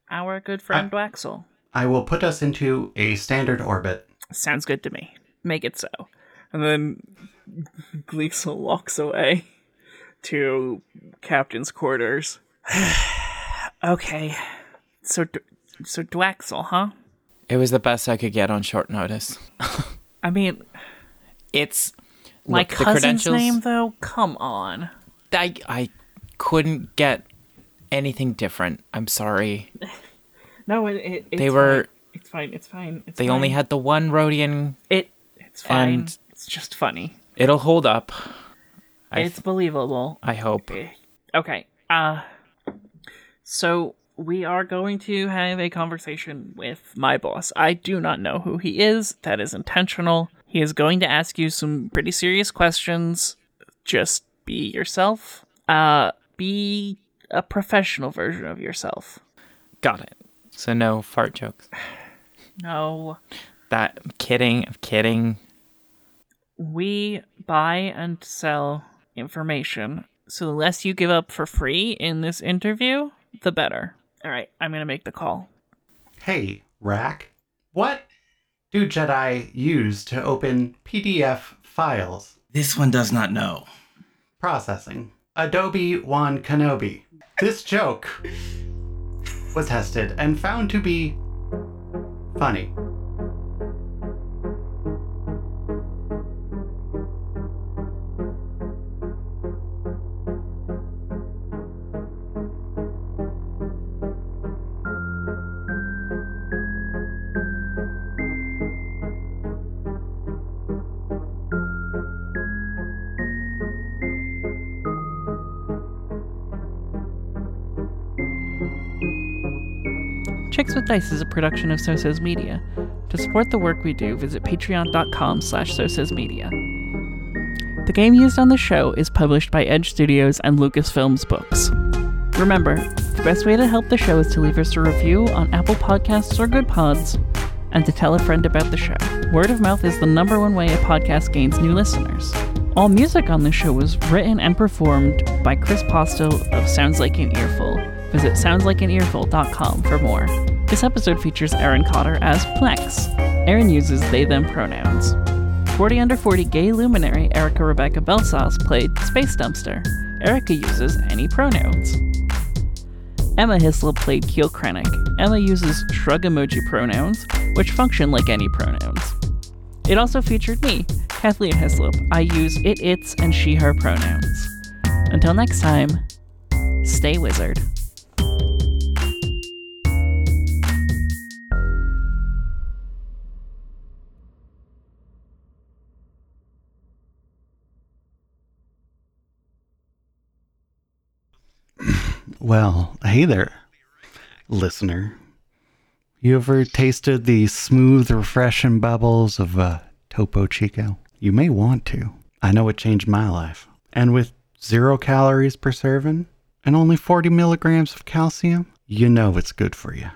A: our good friend Waxel.
C: I will put us into a standard orbit.
A: Sounds good to me. Make it so. And then Gleeksel walks away to Captain's quarters. [sighs] okay. So, D- so Dwaxel, huh?
B: It was the best I could get on short notice.
A: I mean,
B: It's
A: my
B: look, the
A: cousin's
B: credentials-
A: name, though? Come on.
B: I I couldn't get anything different. I'm sorry.
A: No, it, it it's
B: They were-
A: Fine. It's fine. It's fine. It's
B: They
A: fine.
B: only had the one Rhodian.
A: it. It's fine.
B: and-
A: it's just funny.
B: It'll hold up. I
A: it's believable.
B: I hope.
A: Okay. Uh. So we are going to have a conversation with my boss. I do not know who he is. That is intentional. He is going to ask you some pretty serious questions. Just be yourself. Uh. Be a professional version of yourself.
B: Got it. So no fart jokes.
A: No.
B: That I'm kidding. I'm kidding.
A: we buy and sell information. So the less you give up for free in this interview, the better. All right, I'm going to make the call.
C: Hey, Rack, what do Jedi use to open PDF files?
D: This one does not know.
C: Processing. Adobe One Kenobi. This joke was tested and found to be funny.
A: Chicks with Dice is a production of SoSo's Media. To support the work we do, visit patreon.com slash SoSo's Media. The game used on the show is published by Edge Studios and Lucasfilms Books. Remember, the best way to help the show is to leave us a review on Apple Podcasts or Good Pods, and to tell a friend about the show. Word of mouth is the number one way a podcast gains new listeners. All music on the show was written and performed by Chris Posto of Sounds Like an Earful. Visit soundslikeanearful.com for more. This episode features Aaron Cotter as Plex. Aaron uses they them pronouns. 40 under 40 gay luminary Erica Rebecca Belsaus played Space Dumpster. Erica uses any pronouns. Emma Hislop played Keel Krennic. Emma uses shrug emoji pronouns, which function like any pronouns. It also featured me, Kathleen Hislop. I use it, its, and she, her pronouns. Until next time, stay wizard.
C: Well, hey there, listener. You ever tasted the smooth, refreshing bubbles of uh, Topo Chico? You may want to. I know it changed my life. And with zero calories per serving and only 40 milligrams of calcium, you know it's good for you.